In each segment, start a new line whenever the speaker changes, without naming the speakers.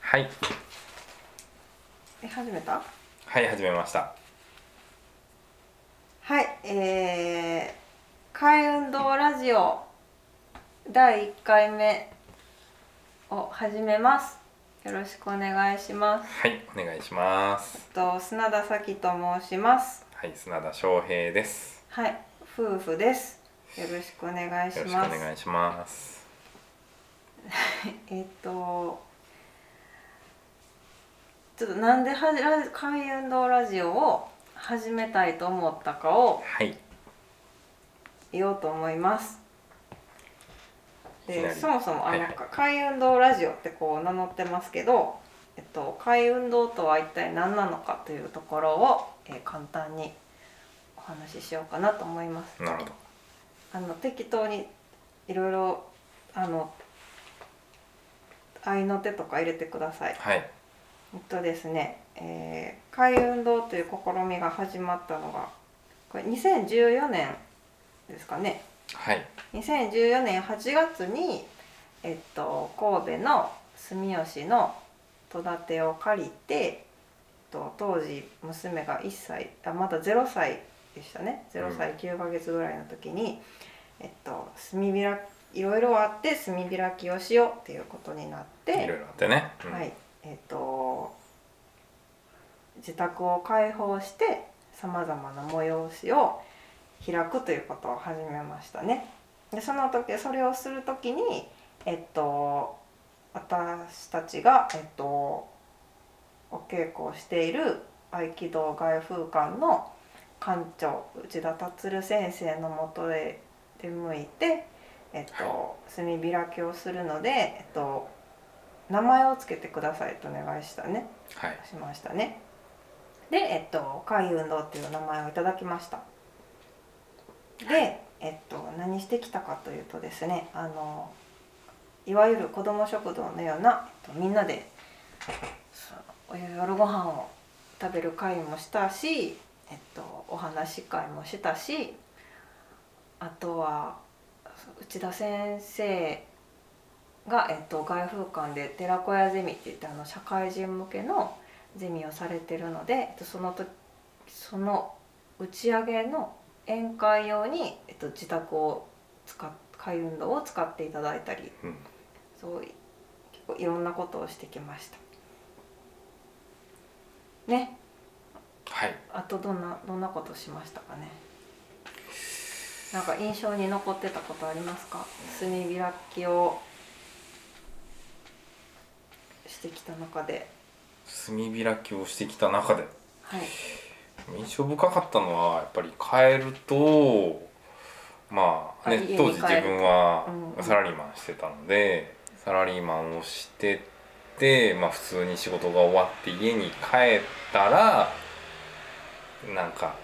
はい
え始めた
はい始めました
はいえー、海運動ラジオ第1回目を始めますよろしくお願いします
はいお願いします
えっと砂田咲希と申します
はい砂田翔平です
はい夫婦ですよろしくお願いし
よろしくお
ます
願いします
えっとちょっとなんではじラジ海運動ラジオを始めたいと思ったかを
はい
言おうと思います。
いきなり
でそもそもあ
はい
なんか海運動ラジオってこう名乗ってますけど、えっと、海運動とは一体何なのかというところを、えー簡単にお話ししようかなと思います。
なるほど
あの適当にいろいろあの合いの手とか入れてください。
はい
えっとですね、えー、海運動という試みが始まったのがこれ2014年ですかね。
はい
2014年8月に、えっと、神戸の住吉の戸建てを借りて、えっと、当時娘が1歳あまだ0歳でしたね0歳9ヶ月ぐらいの時に、えっと、炭開きいろいろあって炭開きをしようっていうことになって。
いろいろあってね、うん
はい、えっ、と自宅を開放してさまざまな催しを開くということを始めましたね。でその時それをする時にえっ、と私たちがえっ、とお稽古をしている合気道外風館の館長内田達先生のもとへ出向いて、えっと
は
炭開きをするので、えっと、名前をつけてくださいとお願いしたね
はい
しましたねでえっと海運動っていう名前をいただきましたでえっと何してきたかというとですねあのいわゆる子ども食堂のような、えっと、みんなでそのお夜ご飯を食べる会もしたし、えっと、お話し会もしたしあとは内田先生が、えっと、外風館で寺子屋ゼミって言ってあの社会人向けのゼミをされてるので、えっと、その時その打ち上げの宴会用に、えっと、自宅を使っ海運動を使っていただいたり
うん
そうい結構いろんなことをしてきました。ね、
はい
あとどんなどんなことしましたかね。なんか印象に残ってたことありますか？炭開きをしてきた中で、
炭開きをしてきた中で
はい、
印象深かったのはやっぱりカエルとまあ
あ
ね
家に
当時
帰
自
る
分は
うん
サラリーマンしてたので、サラリーマンをしてて、まあ、普通に仕事が終わって家に帰ったらなんか、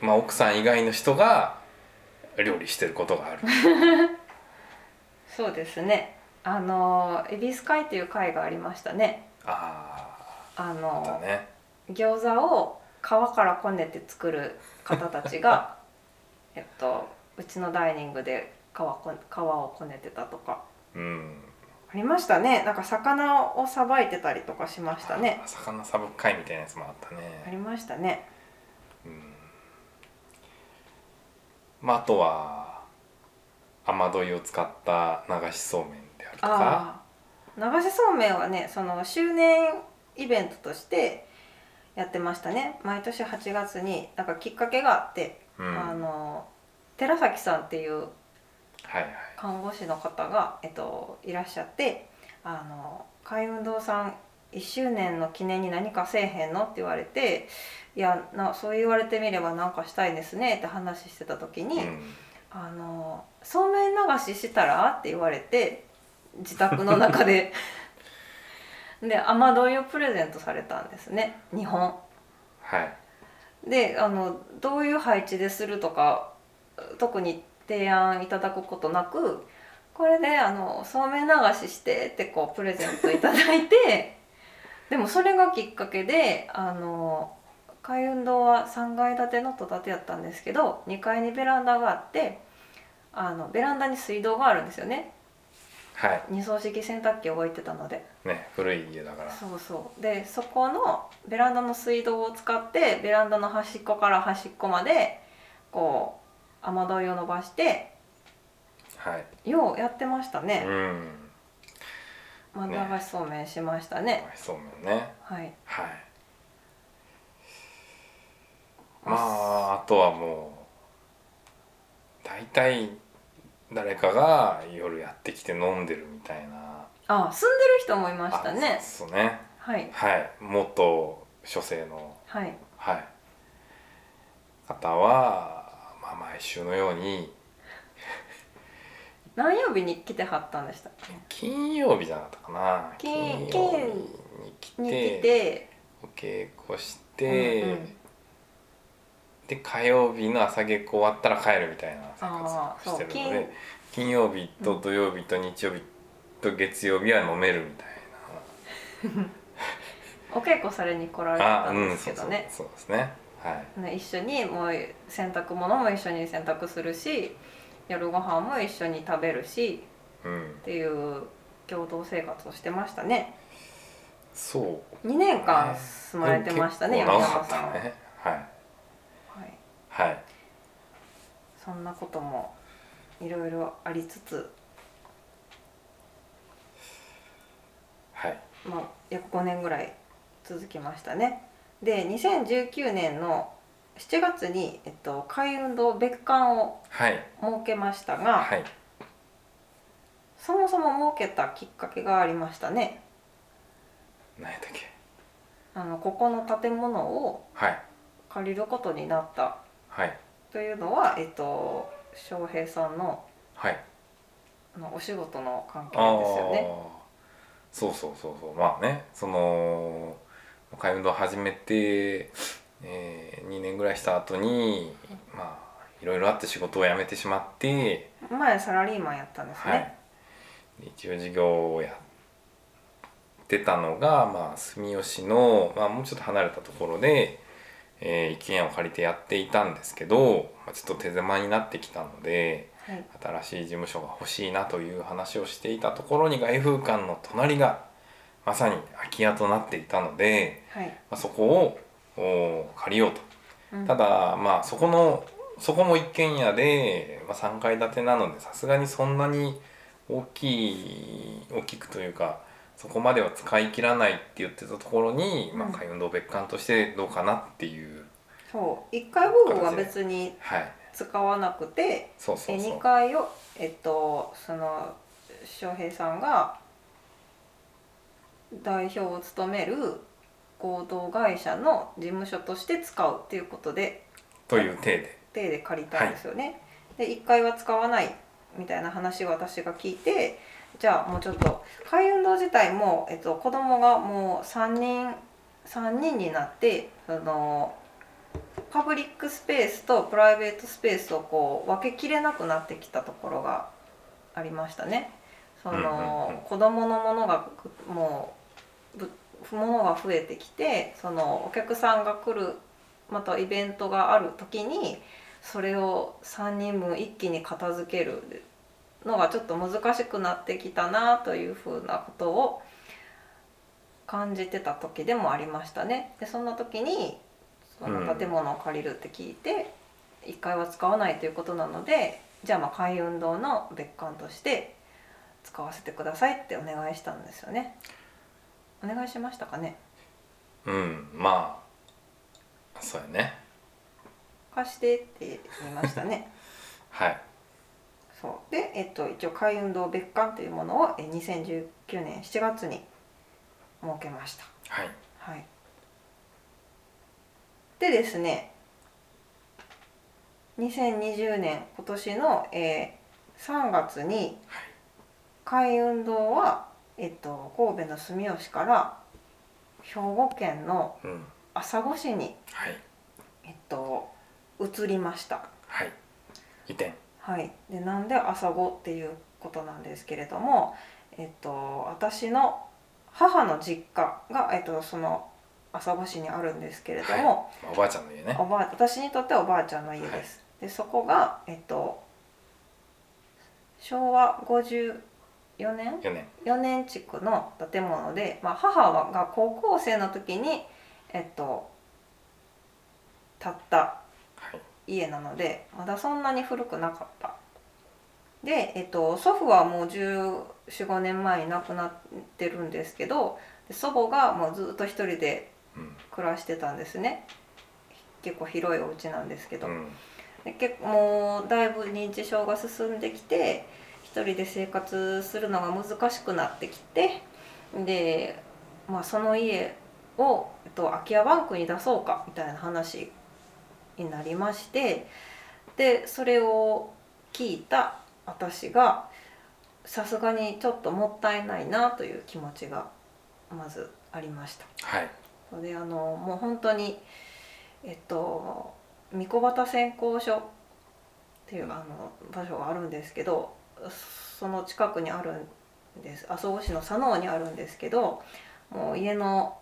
まあ、奥さん以外の人が料理してること がある
そうですね。あの恵比寿会という会がありましたね。
あ
あ
あだ
の
ね
餃子を皮からこねて作る方た ちがえっとうちのダイニングで皮こ皮をこねてたとか
うん
ありましたねなんか魚をさばいてたりとかしましたね
あ魚サブ会みたいなやつもあった
あ
ね
りましたね
うんまあ、あとは雨どいを使った流しそうめんであるとか
ああ流しそうめんはねその周年イベントとしてやってましたね毎年8月になんかきっかけがあって、
うん
あの寺崎さんっていう
はいはい
看護師の方が、えっと、いらっしゃって「あの海運動さん1周年の記念に何かせえへんの?」って言われて「いやなそう言われてみれば何かしたいですね」って話してた時に「
うん
あのそうめん流ししたら?」って言われて自宅の中で で雨どいをプレゼントされたんですね2本。
はい
であのどういう配置でするとか特に提案いただくことなくこれであのそうめん流ししてってこうプレゼントいただいて でもそれがきっかけであの海運動は3階建ての戸建てやったんですけど2階にベランダがあってあのベランダに水道があるんですよね。
はい
二層式洗濯機を置いてたので
ね古い家だから
そうそうでそこのベランダの水道を使ってベランダの端っこから端っこまでこう雨どいを伸ばして
はい
ようやってました
う
ね、
ん
まだ流しそうめんしましたね
そうめんね
はい
はいまああとはもう大体誰かが夜やってきて飲んでるみたいな
あ住んでる人もいました
あ
ね
そうっすね
はい
はい元書生の
はい
はい方は、まあ、毎週のように
何曜日に来てはったんでしたっけ
金曜日じゃなかったかな金
金
曜日に来て
に来て
お稽古して、
うんうん
で火曜日の朝稽古終わったら帰るみたいな
あ
生活
ー
を
そ
し
う
てるので金曜日と土曜日と日曜日と月曜日は飲めるみたい
お稽古されに来られて
な、
た
あ
ん
う
で
ん
す
そ
け
うそ
ど
う
ね
そうですねはい
ね一緒にもう洗濯物も一緒に洗濯するし夜ご飯も一緒に食べるし
うん
っていう共同生活をしてましたね
そう
2年間
ね
住まれてました
で
ね
も
山
結構
山
長
さん
か
は、
ったねはい
はい、
はい
そんなこともいろいろありつつ、
はい
まあ、約5年ぐらい続きましたねで2019年の7月に、えっと、海運動別館を
はい
設けましたが、
はい
そもそも設けたきっかけがありましたね
何やったっけ
あのここの建物を
はい
借りることになった
はい
というのは、えっと、翔平さんの
はい
あのお仕事の関係
ああ
ですよね。
そうそうそうそうまあねその海運動を始めて、えー、2年ぐらいした後にまあいろいろあって仕事を辞めてしまって、
前サラリーマンやったんですね。
はい、で一応事業をやってたのが、まあ、住吉の、まあ、もうちょっと離れたところで、えー一軒家を借りてやっていたんですけど、まあ、ちょっと手狭になってきたので。
はい。
新しい事務所が欲しいなという話をしていたところに外風館の隣がまさに空き家となっていたので、
はい。
まあ、そこをおー借りようと
うん
ただまあそこのそこも一軒家で、まあ、3階建てなのでさすがにそんなに大きい大きくというかそこまでは使い切らないって言ってたところに、まあ、
うん
海運動別館としてどうかなっていう、
そう。一階部分は別に
はい
使わなくて、
そうそ
え
うそ
二
う
階をえっとその翔平さんが代表を務める合同会社の事務所として使うっていうことで
という体で
手で借りたんですよね。で1階は使わないみたいな話を私が聞いてじゃあもうちょっと海運動自体も、えっと、子供がもう3人3人になってそのパブリックスペースとプライベートスペースをこう分けきれなくなってきたところがありましたね。その、
うんうんうん
子供のものがもうぶ物が増えてきてそのお客さんが来るまたイベントがある時にそれを3人分一気に片付けるのがちょっと難しくなってきたなというふうなことを感じてた時でもありましたね。でそんな時にその建物を借りるって聞いて、1階は使わないということなのでじゃあまあ海運動の別館として使わせてくださいってお願いしたんですよね。お願いしましたかね
うんまあそうやね
貸してって言いましたね。
はい
そうで、えっと、一応海運動別館というものをえー2019年7月に設けました。
はい
はい、でですね2020年今年の、えー3月に海運動は、えっと、神戸の住吉から兵庫県の
うん
朝来市に、
はい
えっと、移りました。
はい移転
はい、でなんで朝ごっていうことなんですけれども、えっと、私の母の実家が、えっと、その朝来市にあるんですけれども、
まあおばあちゃんの家ね
おばあ私にとってはおばあちゃんの家です。でそこが、えっと、昭和50 4年
4年
4年地区の建物で、まあ、母はが高校生の時に、えっと、建った
はい
家なのでまだそんなに古くなかった。で、えっと、祖父はもう1415年前に亡くなってるんですけどで祖母がもうずっと一人で
うん
暮らしてたんですね結構広いお家なんですけど、
うん
で結構もうだいぶ認知症が進んできて一人で生活するのが難しくなってきてで、まあ、その家を、えっと、空き家バンクに出そうかみたいな話になりましてでそれを聞いた私がさすがにちょっともったいないなという気持ちがまずありました。
はい
であのもう本当にえっと三子畑選考所っていうあの場所があるんですけどその近くにあるんです麻生市の佐野にあるんですけどもう家の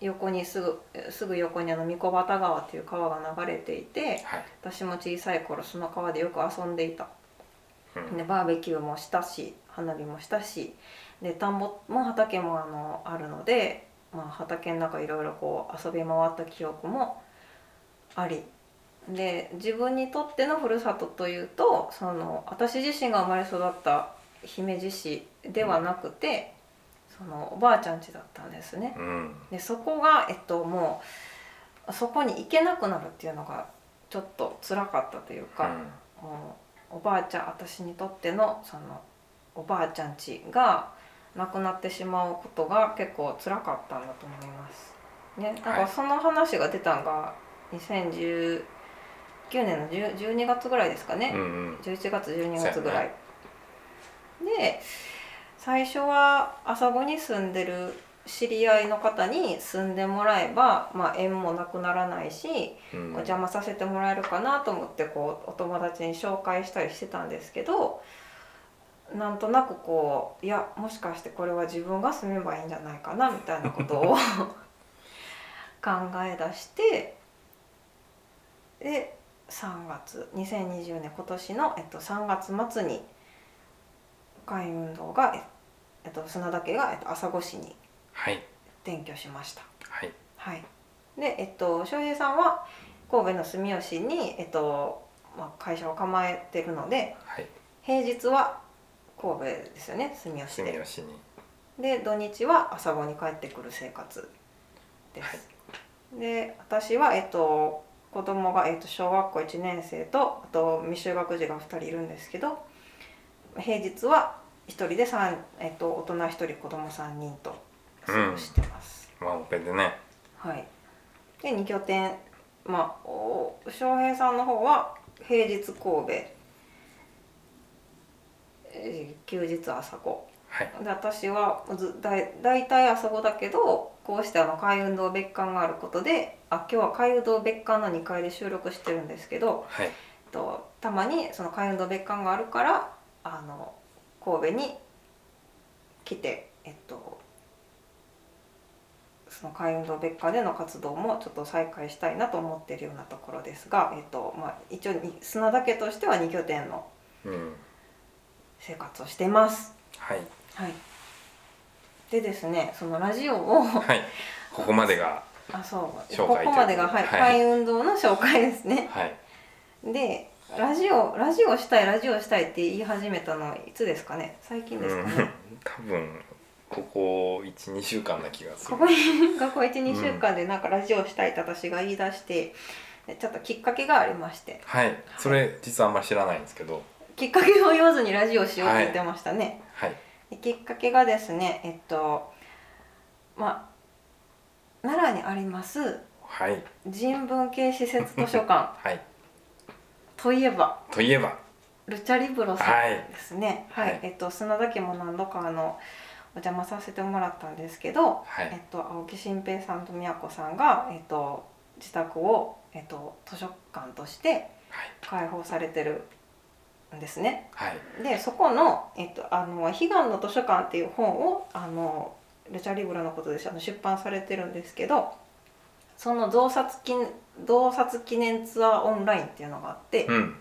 横にすぐすぐ横にあの三子畑川っていう川が流れていて
はい
私も小さい頃その川でよく遊んでいた
うん
でバーベキューもしたし花火もしたしで田んぼも畑もあのあるので、まあ、畑の中いろいろこう遊び回った記憶もありで自分にとってのふるさとというとその私自身が生まれ育った姫路市ではなくて、そのおばあちゃん家だったんですね。
うん
でそこが、えっと、もうそこに行けなくなるっていうのがちょっと辛かったとい
う
うか。
ん
もうおばあちゃん私にとってのそのおばあちゃんちが亡くなってしまうことが結構辛かったんだと思います。ね、なん
はい
かその話が出たのが2019年の10 12月ぐらいですかね、
うんうん
11月12月
そう
ぐ
や
らい、で最初は朝子に住んでる知り合いの方に住んでもらえば、まあ、縁もなくならないし
うん
お邪魔させてもらえるかなと思ってこうお友達に紹介したりしてたんですけどなんとなくこういやもしかしてこれは自分が住めばいいんじゃないかなみたいなこ とを考え出してで3月2020年今年の、えっと、3月末に会運動が、ええっと、砂田家が、えっと、朝来市に
はい
転居しました。
はい
はい、で、えっと、翔平さんは神戸の住吉に、えっとまあ、会社を構えてるので
はい
平日は神戸ですよね住吉
住
で
吉に
で土日は朝子に帰ってくる生活です、で私は、えっと、子供がえっと、小学校1年生とあと未就学児が2人いるんですけど平日は1人で三えっと、大人1人子供3人と過ごしてます、
まあオペでね
はい、で2拠点まあお翔平さんの方は平日神戸、えー休日朝子
はい
で私はずだい大体朝子だけどこうしてあの海運動別館があることであ今日は海運動別館の2階で収録してるんですけど、
はい
えっと、たまにその海運動別館があるからあの神戸に来てえっとその海運動別館での活動もちょっと再開したいなと思っているようなところですが、えっとまあ、一応に砂だけとしては2拠点の
うん
生活をしてます。
はい
はい、でですねそのラジオを
はいここまでが
あそう
紹
こ
介
こまでが、
と
はいいう
ことではい
海運動の紹介ですね。
はい
でラジオラジオしたいラジオしたいって言い始めたのはいつですかね最近ですか
うん
ね、
多分ここ12週間な気がする
ここに学校12週間でなんかラジオしたいって私が言い出してでちょっときっかけがありまして
はいそれ実はあんまり知らないんですけど
きっかけを言わずにラジオしようって言ってましたね、
はい
できっかけがですねえっとまあ奈良にあります
はい
人文系施設図書館
はい
といえば
といえば
ルチャリブロさん
はい
ですね、はい
はい
えっと砂田家も何度かあのお邪魔させてもらったんですけど、
は
えっ
い
と、青木新平さんと宮子さんが、えっと、自宅を、えっと、図書館として
はい
開放されてるんですね。
はい
でそこの「えっと、あの悲願の図書館」っていう本をあのルチャリブロのことであの出版されてるんですけどその増刷記増刷記念ツアーオンラインっていうのがあって、
うん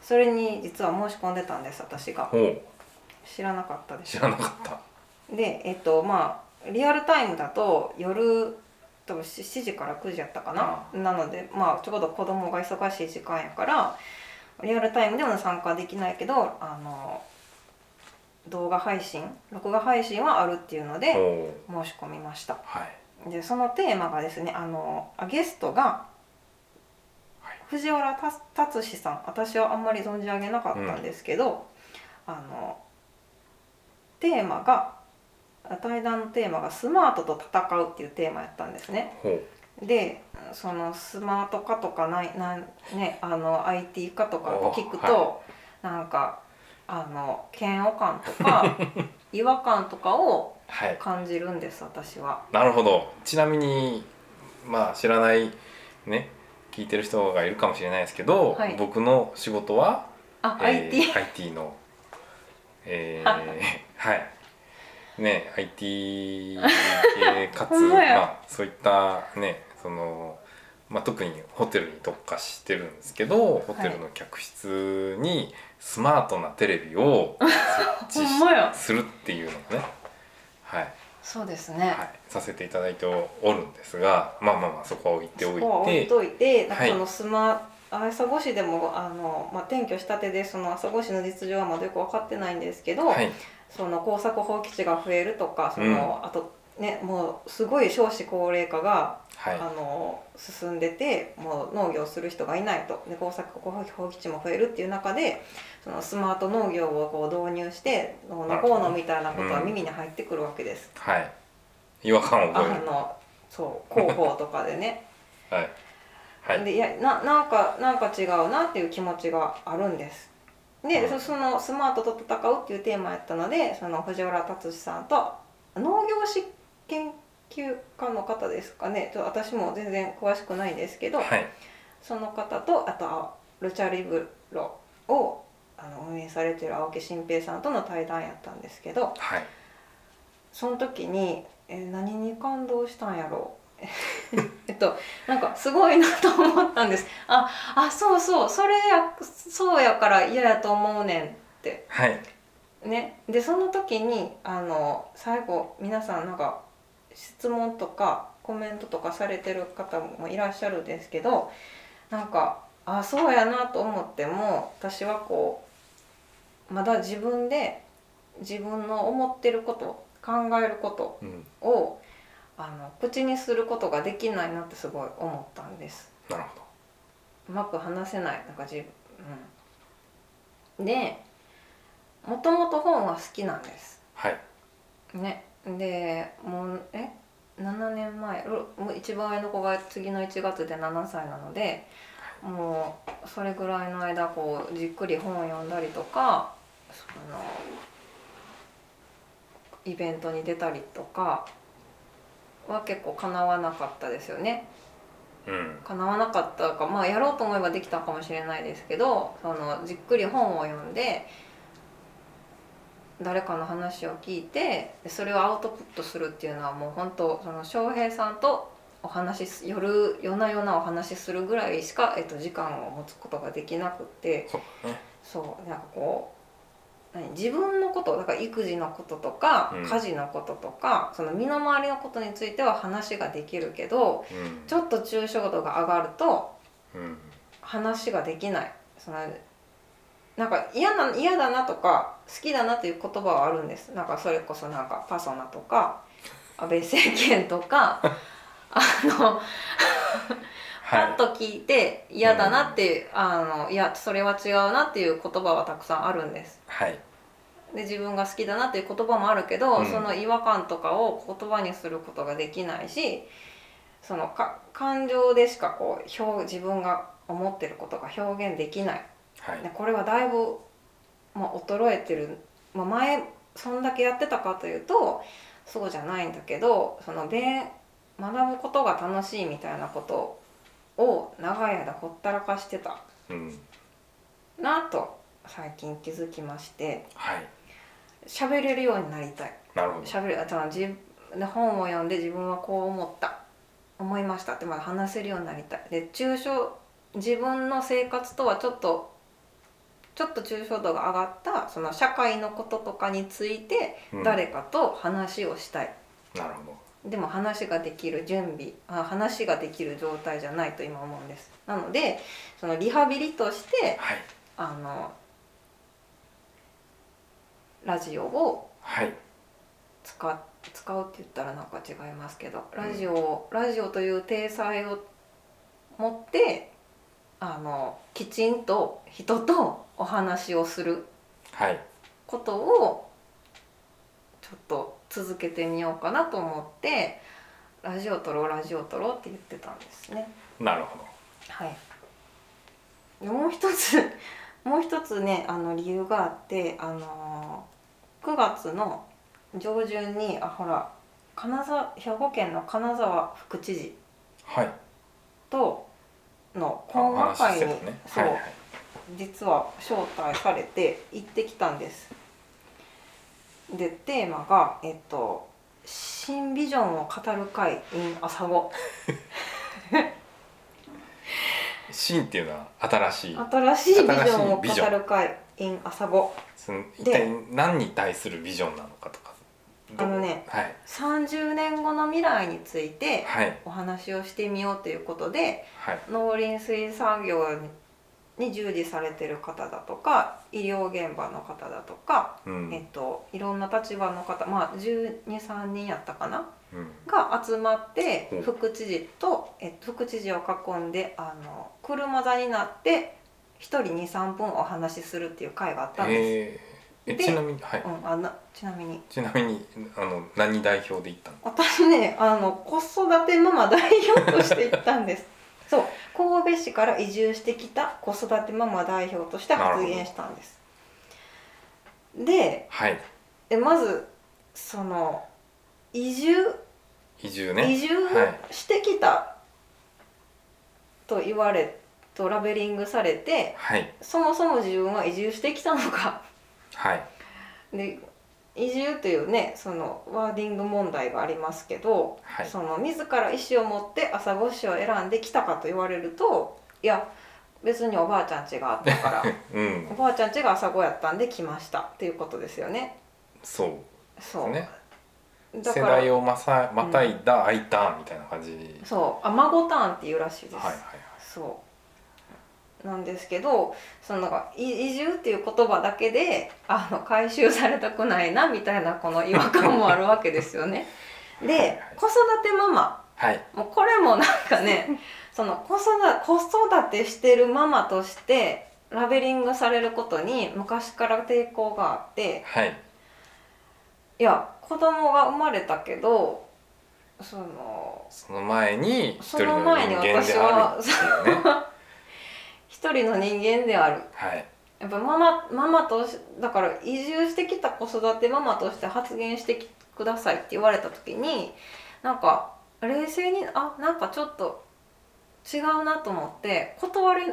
それに実は申し込んでたんです私が。
ほう
知らなかったでし
知らなかった
ょでえっとまあリアルタイムだと夜多分し7時から9時やったかななのでまあちょうど子供が忙しい時間やからリアルタイムでも参加できないけどあの動画配信録画配信はあるっていうので
おー
申し込みました
はい
でそのテーマがですねあのあゲストが
はい
藤原達達志さん私はあんまり存じ上げなかったんですけど、あのテーマが対談のテーマが「スマートと戦う」っていうテーマやったんですね。
ほう
でそのスマート化とかないなん、ね、あの IT 化とかって聞くと、なんかあの嫌悪感と か違和感とかを
はい
感じるんです私は。
なるほどちなみにまあ知らないね聞いてる人がいるかもしれないですけど、
はい
僕の仕事は、
あ、
えー
IT
IT のえーはいね IT 系か
ほ
つ
んま
ま
や
あそういったねそのまあ、特にホテルに特化してるんですけどホテルの客室にスマートなテレビを設置
ほ
し
んまや
するっていうのがね、はい、
そうですね、
はい、させていただいておるんですがまあまあまあそこは置いて
そ
おい
こは置い
て
といて、なんか
はい
そのスマ朝ごしでもあの、まあ、転居したてでその朝ごしの実情はまだよく分かってないんですけど、
はい
その耕作放棄地が増えるとかその、あとねもうすごい少子高齢化が、あ
は
の進んでてもう農業する人がいないとで耕作放棄地も増えるっていう中でそのスマート農業をこう導入してどうのこうのみたいなことは耳に入ってくるわけです。
い、はい、違和感を
あ
覚える
のそう広報とかでね
はい、はい、
でいやななんかなんか違うなっていう気持ちがあるんです。で、
うん
そその「スマートと戦う」っていうテーマやったのでその藤原達史さんと農業史研究家の方ですかねちょっと私も全然詳しくないんですけど、
はい、
その方とあとあルチャリブロをあの運営されてる青木新平さんとの対談やったんですけど
はい、
その時にえ何に感動したんやろう えっとなんかすごいなと思ったんですああそうそうそれやそうやから嫌やと思うねんって
はい、
ねでその時にあの最後皆さんなんか質問とかコメントとかされてる方もいらっしゃるんですけどなんかあそうやなと思っても私はこうまだ自分で自分の思ってること考えること
うん、
をあの口にすることができないなってすごい思ったんです
なるほど、
うまく話せないなんか自分、うん、でもともと本は好きなんです
はい、
ねでもうえ7年前うもう一番上の子が次の1月で7歳なのでもうそれぐらいの間こうじっくり本を読んだりとかそのイベントに出たりとかは結構かなわなかったですよね。
うん、
叶わなかったかまあやろうと思えばできたかもしれないですけどそのじっくり本を読んで誰かの話を聞いてでそれをアウトプットするっていうのはもう本当その翔平さんとお話しす夜夜な夜なお話しするぐらいしか、えっと、時間を持つことができなくって
そうだね、
そうなんかこう何自分のことだから育児のこととか
うん
家事のこととか、その身の回りのことについては話ができるけど、
うん、
ちょっと抽象度が上がると
うん、
話ができないそのなんか嫌な嫌だなとか好きだなという言葉はあるんですなんかそれこそなんかパソナ とか安倍政権とかあのパッ
は
と聞いて嫌だなっていう、あのいやそれは違うなっていう言葉はたくさんあるんです。
い、はい、
で自分が好きだなっていう言葉もあるけど、
うん
その違和感とかを言葉にすることができないしそのか感情でしかこう表自分が思ってることが表現できない
はい
で、これはだいぶ、まあ、衰えてる、まあ、前そんだけやってたかというとそうじゃないんだけどその勉学ぶことが楽しいみたいなことを長い間ほったらかしてた
うん、
なと最近気づきまして
はい、
喋れるようになりたい。
なるほど、
しゃべるあとは自分で本を読んで自分はこう思った思いましたってまだ話せるようになりたいで抽象自分の生活とはちょっとちょっと抽象度が上がったその社会のこととかについて
うん
誰かと話をしたい、
なるほ
でも話ができる準備あ話ができる状態じゃないと今思うんですなのでそのリハビリとして
どはい
あのラジオを
はい
使っ使うって言ったらなんか違いますけどラジオを、ラジオという体裁を持ってあのきちんと人とお話をする
はい
ことをちょっと続けてみようかなと思ってラジオ撮ろうラジオ撮ろうって言ってたんですね。
なるほど
はい、でもう一つ もう一つねあの理由があって、あのー9月の上旬にあほら金沢兵庫県の金沢副知事
はい
との
あ
講
お
和
話しし
会
て
に、
たね
そ
は
う、
いはい
実は招待されて行ってきたんです。でテーマが、えっと「新ビジョンを語る会 in 朝ご」
新っていうのは新しい
新しいビジョンを
新しいビジョン
語る会 in 朝ご
その一
で
体何に対するビジョンなのかとかどう
あのね
はい
30年後の未来について
はい
お話をしてみようということで
はい
農林水産業に従事されてる方だとか医療現場の方だとか、
う
えっ
ん
と、いろんな立場の方まあ123人やったかな
うん
が集まって
うん
副知事と、えっと、副知事を囲んであの車座になって1人23分お話しするっていう会があったんです。
えーえ
で
ちなみにはい
うん、あなちなみに
ちなみにあの何代表で行ったの
私ねあの子育てママ代表として行ったんですそう神戸市から移住してきた子育てママ代表として発言したんですで
はい
えまずその移住、
移住
移
ね
住
はい
してきたと言われとラベリングされて
はい
そもそも自分は移住してきたのか
はい
で移住というねそのワーディング問題がありますけど
はい
その自ら意思を持って朝ごしを選んできたかと言われるといや別におばあちゃん家があったから
うん
おばあちゃん家が朝ごやったんで来ましたっていうことですよね
そうで
そ
す
う
ね
だ
世
から
代をまさまたいだ空いたみたいな感じ
そうあ孫ターンっていうらしいです、
はいはい
そうなんですけどそのなんかい移住っていう言葉だけであの回収されたくないなみたいなこの違和感もあるわけですよね
はいはい
で子育てママ
はいはい
もうこれもなんか ねその子育子育てしてるママとしてラベリングされることに昔から抵抗があって
はい
いや子供が生まれたけどその
その前に一
そ
人
の
の
前に
人間
私
であ
は
るっていうね
一人の人間である
はい
やっぱママママとしだから移住してきた子育てママとして発言してきくださいって言われた時になんか冷静にあなんかちょっと違うなと思って断れ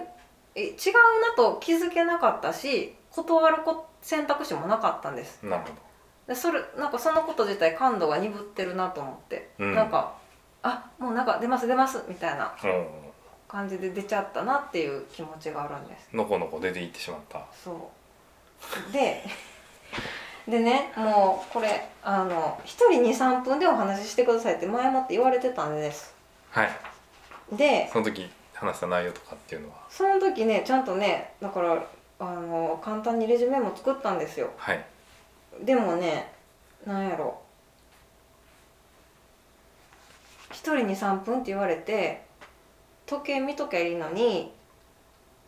え違うなと気づけなかったし断るこ選択肢もなかったんです
なるほ
でそれなんかそのこと自体感度が鈍ってるなと思って、
ど、うん、
なんかあもうなんか出ます出ますみたいな
う
感じで出ちゃったなっていう気持ちがあるんです
んのこのこ出て行ってしまった
そうででねもうこれあの一人23分でお話ししてくださいって前もって言われてたんです
はい
で
その時話した内容とかっていうのは
その時ねちゃんとねだからあの簡単にレジュメも作ったんですよ
はい
でもねなんやろ一人23分って言われて時計見ときゃいいのに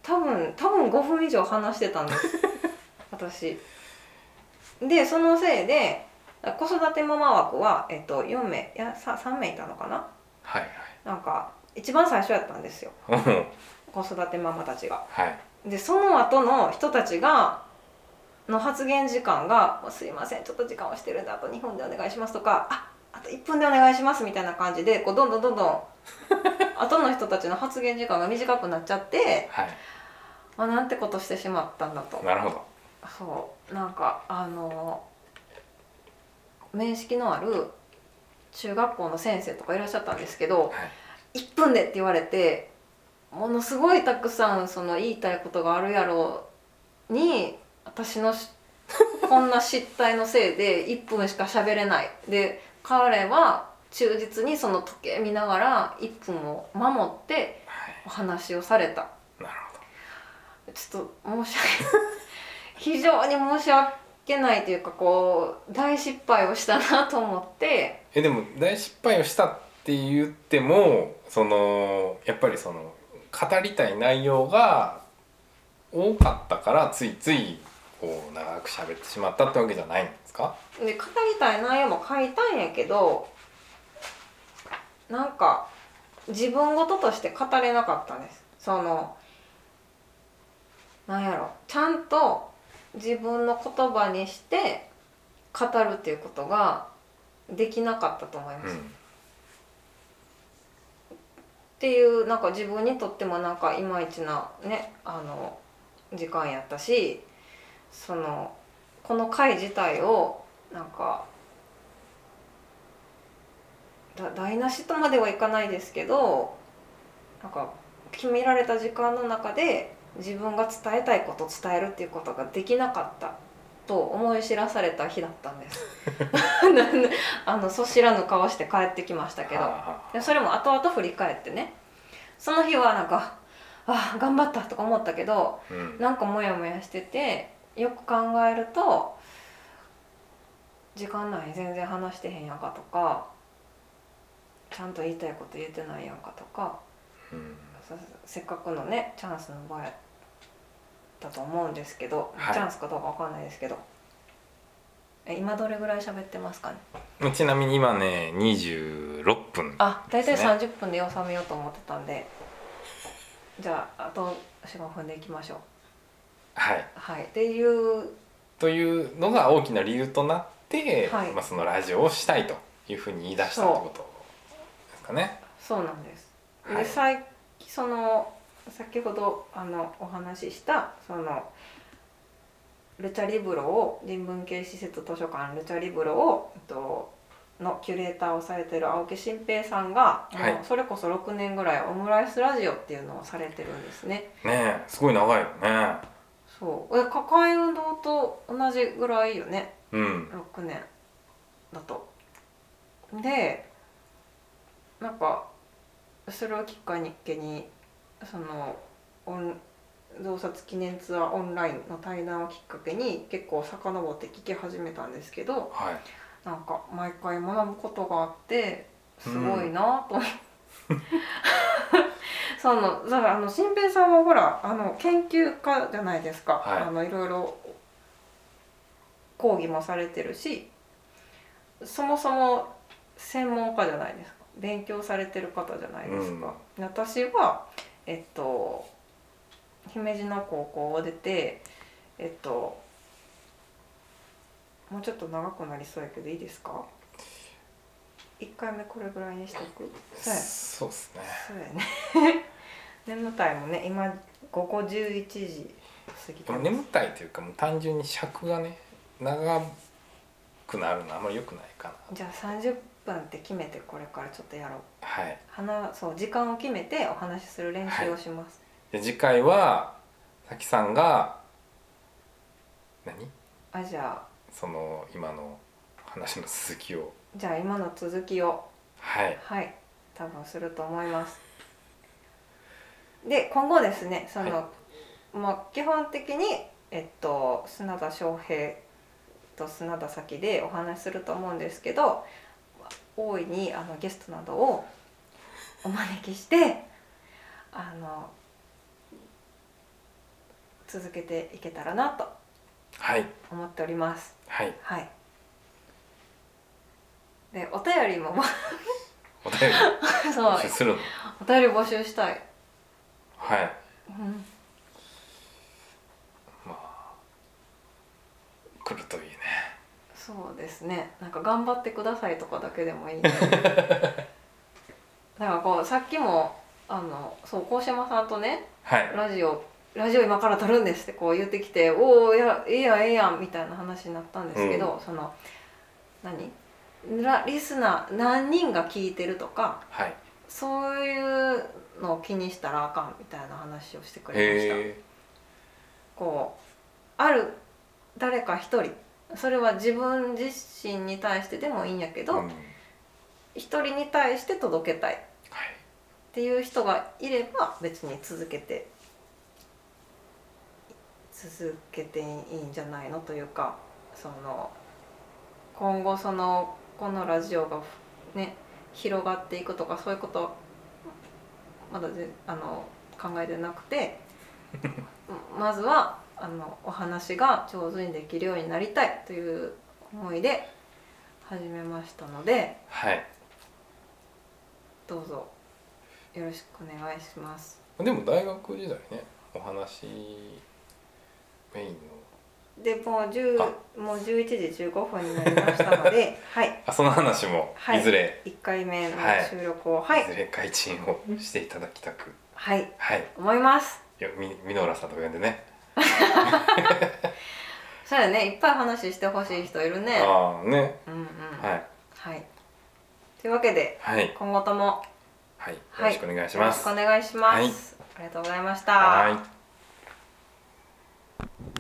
多分多分5分以上話してたんです私でそのせいで子育てママ枠は、えっと、4名いや 3, 3名いたのかな
はい
なんか一番最初やったんですよ
はい うん
子育てママたちが
はい
でその後の人たちがの発言時間が「すいませんちょっと時間をしてるんであと2分でお願いします」とか「ああと1分でお願いします」みたいな感じでこうどんどんどんどん後の人たちの発言時間が短くなっちゃって
はい
あなんてことしてしまったんだと
なるほど
そうなんかあの面識のある中学校の先生とかいらっしゃったんですけど
はい
1分でって言われてものすごいたくさんその言いたいことがあるやろに私のしこんな失態のせいで1分しか喋れないで彼は忠実にその時計見ながら1分を守って
はい
お話をされた
なる
ちょっと申し訳ない非常に申し訳ないというかこう大失敗をしたなと思って
ほどえでも大失敗をしたって言ってもそのやっぱりその語りたい内容が多かったからついついこう長く喋ってしまったってわけじゃないんですか
で語りたい内容も書いたんやけどなんか自分事として語れなかったんですそのなんやろちゃんと自分の言葉にして語るっていうことができなかったと思います、っ
う
ていうなんか自分にとってもなんかいまいちなねあの時間やったしそのこの回自体をなんかだ台無しとまではいかないですけどなんか決められた時間の中で自分が伝えたいこと伝えるっていうことができなかったと思い知らされた日だったんです なんであのそ知らぬ顔して帰ってきました
ん
けど
はあはあ
でそれも後々振り返ってねその日はなんかああ頑張ったとか思ったけど
うん
なんかモヤモヤしててよく考えると時間内に全然話してへんやんかとかちゃんと言いたいこと言えてないやんかとか
うん
そせっかくのねチャンスの場やったと思うんですけど、
はい
チャンスかどうかわかんないですけどえ今どれぐらい喋ってますかね
もうちなみに今ね26分
あ大体
ですね
30分で収めようと思ってたんでじゃああと45分でいきましょう
はい
はいっていう
というのが大きな理由となって、
はい
まあ、そのラジオをしたいというふうに言い出したってことですかね。
そうなんです
は
で
い
最その先ほどあのお話ししたそのルチャリブロを人文系施設図書館ルチャリブロをえっとのキュレーターをされてる青木新平さんが、
はい
もうそれこそ6年ぐらいオムライスラジオっていうのをされてるんですね。
ねえすごい長いよね。
そうえ抱え運動と同じぐらいよね
うん、
6年だと。でなんかそれをきっかけにそのオン洞察記念ツアーオンラインの対談をきっかけに結構遡って聞き始めたんですけど
はい、
なんか毎回学ぶことがあってすごいなと思って。 そのだからあの新平さんはほらあの研究家じゃないですか、
はい
い、あのいろいろ講義もされてるしそもそも専門家じゃないですか勉強されてる方じゃないですか、私はえっと姫路の高校を出てえっともうちょっと長くなりそうやけどいいですか1回目これぐらいにしとくそうや
そうですね。
そうやね 眠たいもね今午後11時過ぎて
で
ま
も
す
眠たいというかもう単純に尺がね長くなるのはあんまり良くないかな。
じゃあ30分って決めてこれからちょっとやろう
はい、
話そう時間を決めてお話しする練習をします、
で次回はさきさんが何
あじゃあ
その今の話の続きを
じゃあ今の続きを
はい
はい多分すると思いますで今後ですねその、
は
まあ基本的にえっと砂田翔平と砂田咲でお話しすると思うんですけど大いにあのゲストなどをお招きしてあの続けていけたらなと
はい
思っております
はい
はいでお便りも
お便り
そう
募集するの。
お便り募集したい、
はい。
うん、
まあ来るといいね
そうですねなんか頑張ってくださいとかだけでもいいねなんかこうさっきもあのそう高島さんとね
はい
ラジオラジオ今から撮るんですってこう言ってきて「おおいやええやんええやん」みたいな話になったんですけど、その何ラリスナー何人が聞いてるとか
はい
そういうのを気にしたらあかんみたいな話をしてくれました。
へ
こある誰か一人それは自分自身に対してでもいいんやけ
うん
ど
はい
一、人に対して届けたいっていう人がいれば別に続けて続けていいんじゃないのというかその今後そのこのラジオがね広がっていくとかそういうことまだぜあの考えてなくてまずはあのお話が上手にできるようになりたいという思いで始めましたので。
はい
どうぞよろしくお願いします
でも大学時代ねお話メインの
でもう10
あ
もう11時15分になりましたの ではい
あその話も
はい
いずれ、
1回目の
はい、
収録をはいい
ずれ開陳をしていただきたく
はい、
はい
思います
よみ箕浦さんとか呼んでね
そうだねいっぱい話してほしい人いるね
ああね
うんうん、
はいい
はい、というわけで
はい
今後とも
はいよ
はい
ろしくお願いし
よろ
ま
し
す
くお願いします、ありがとうございました
はい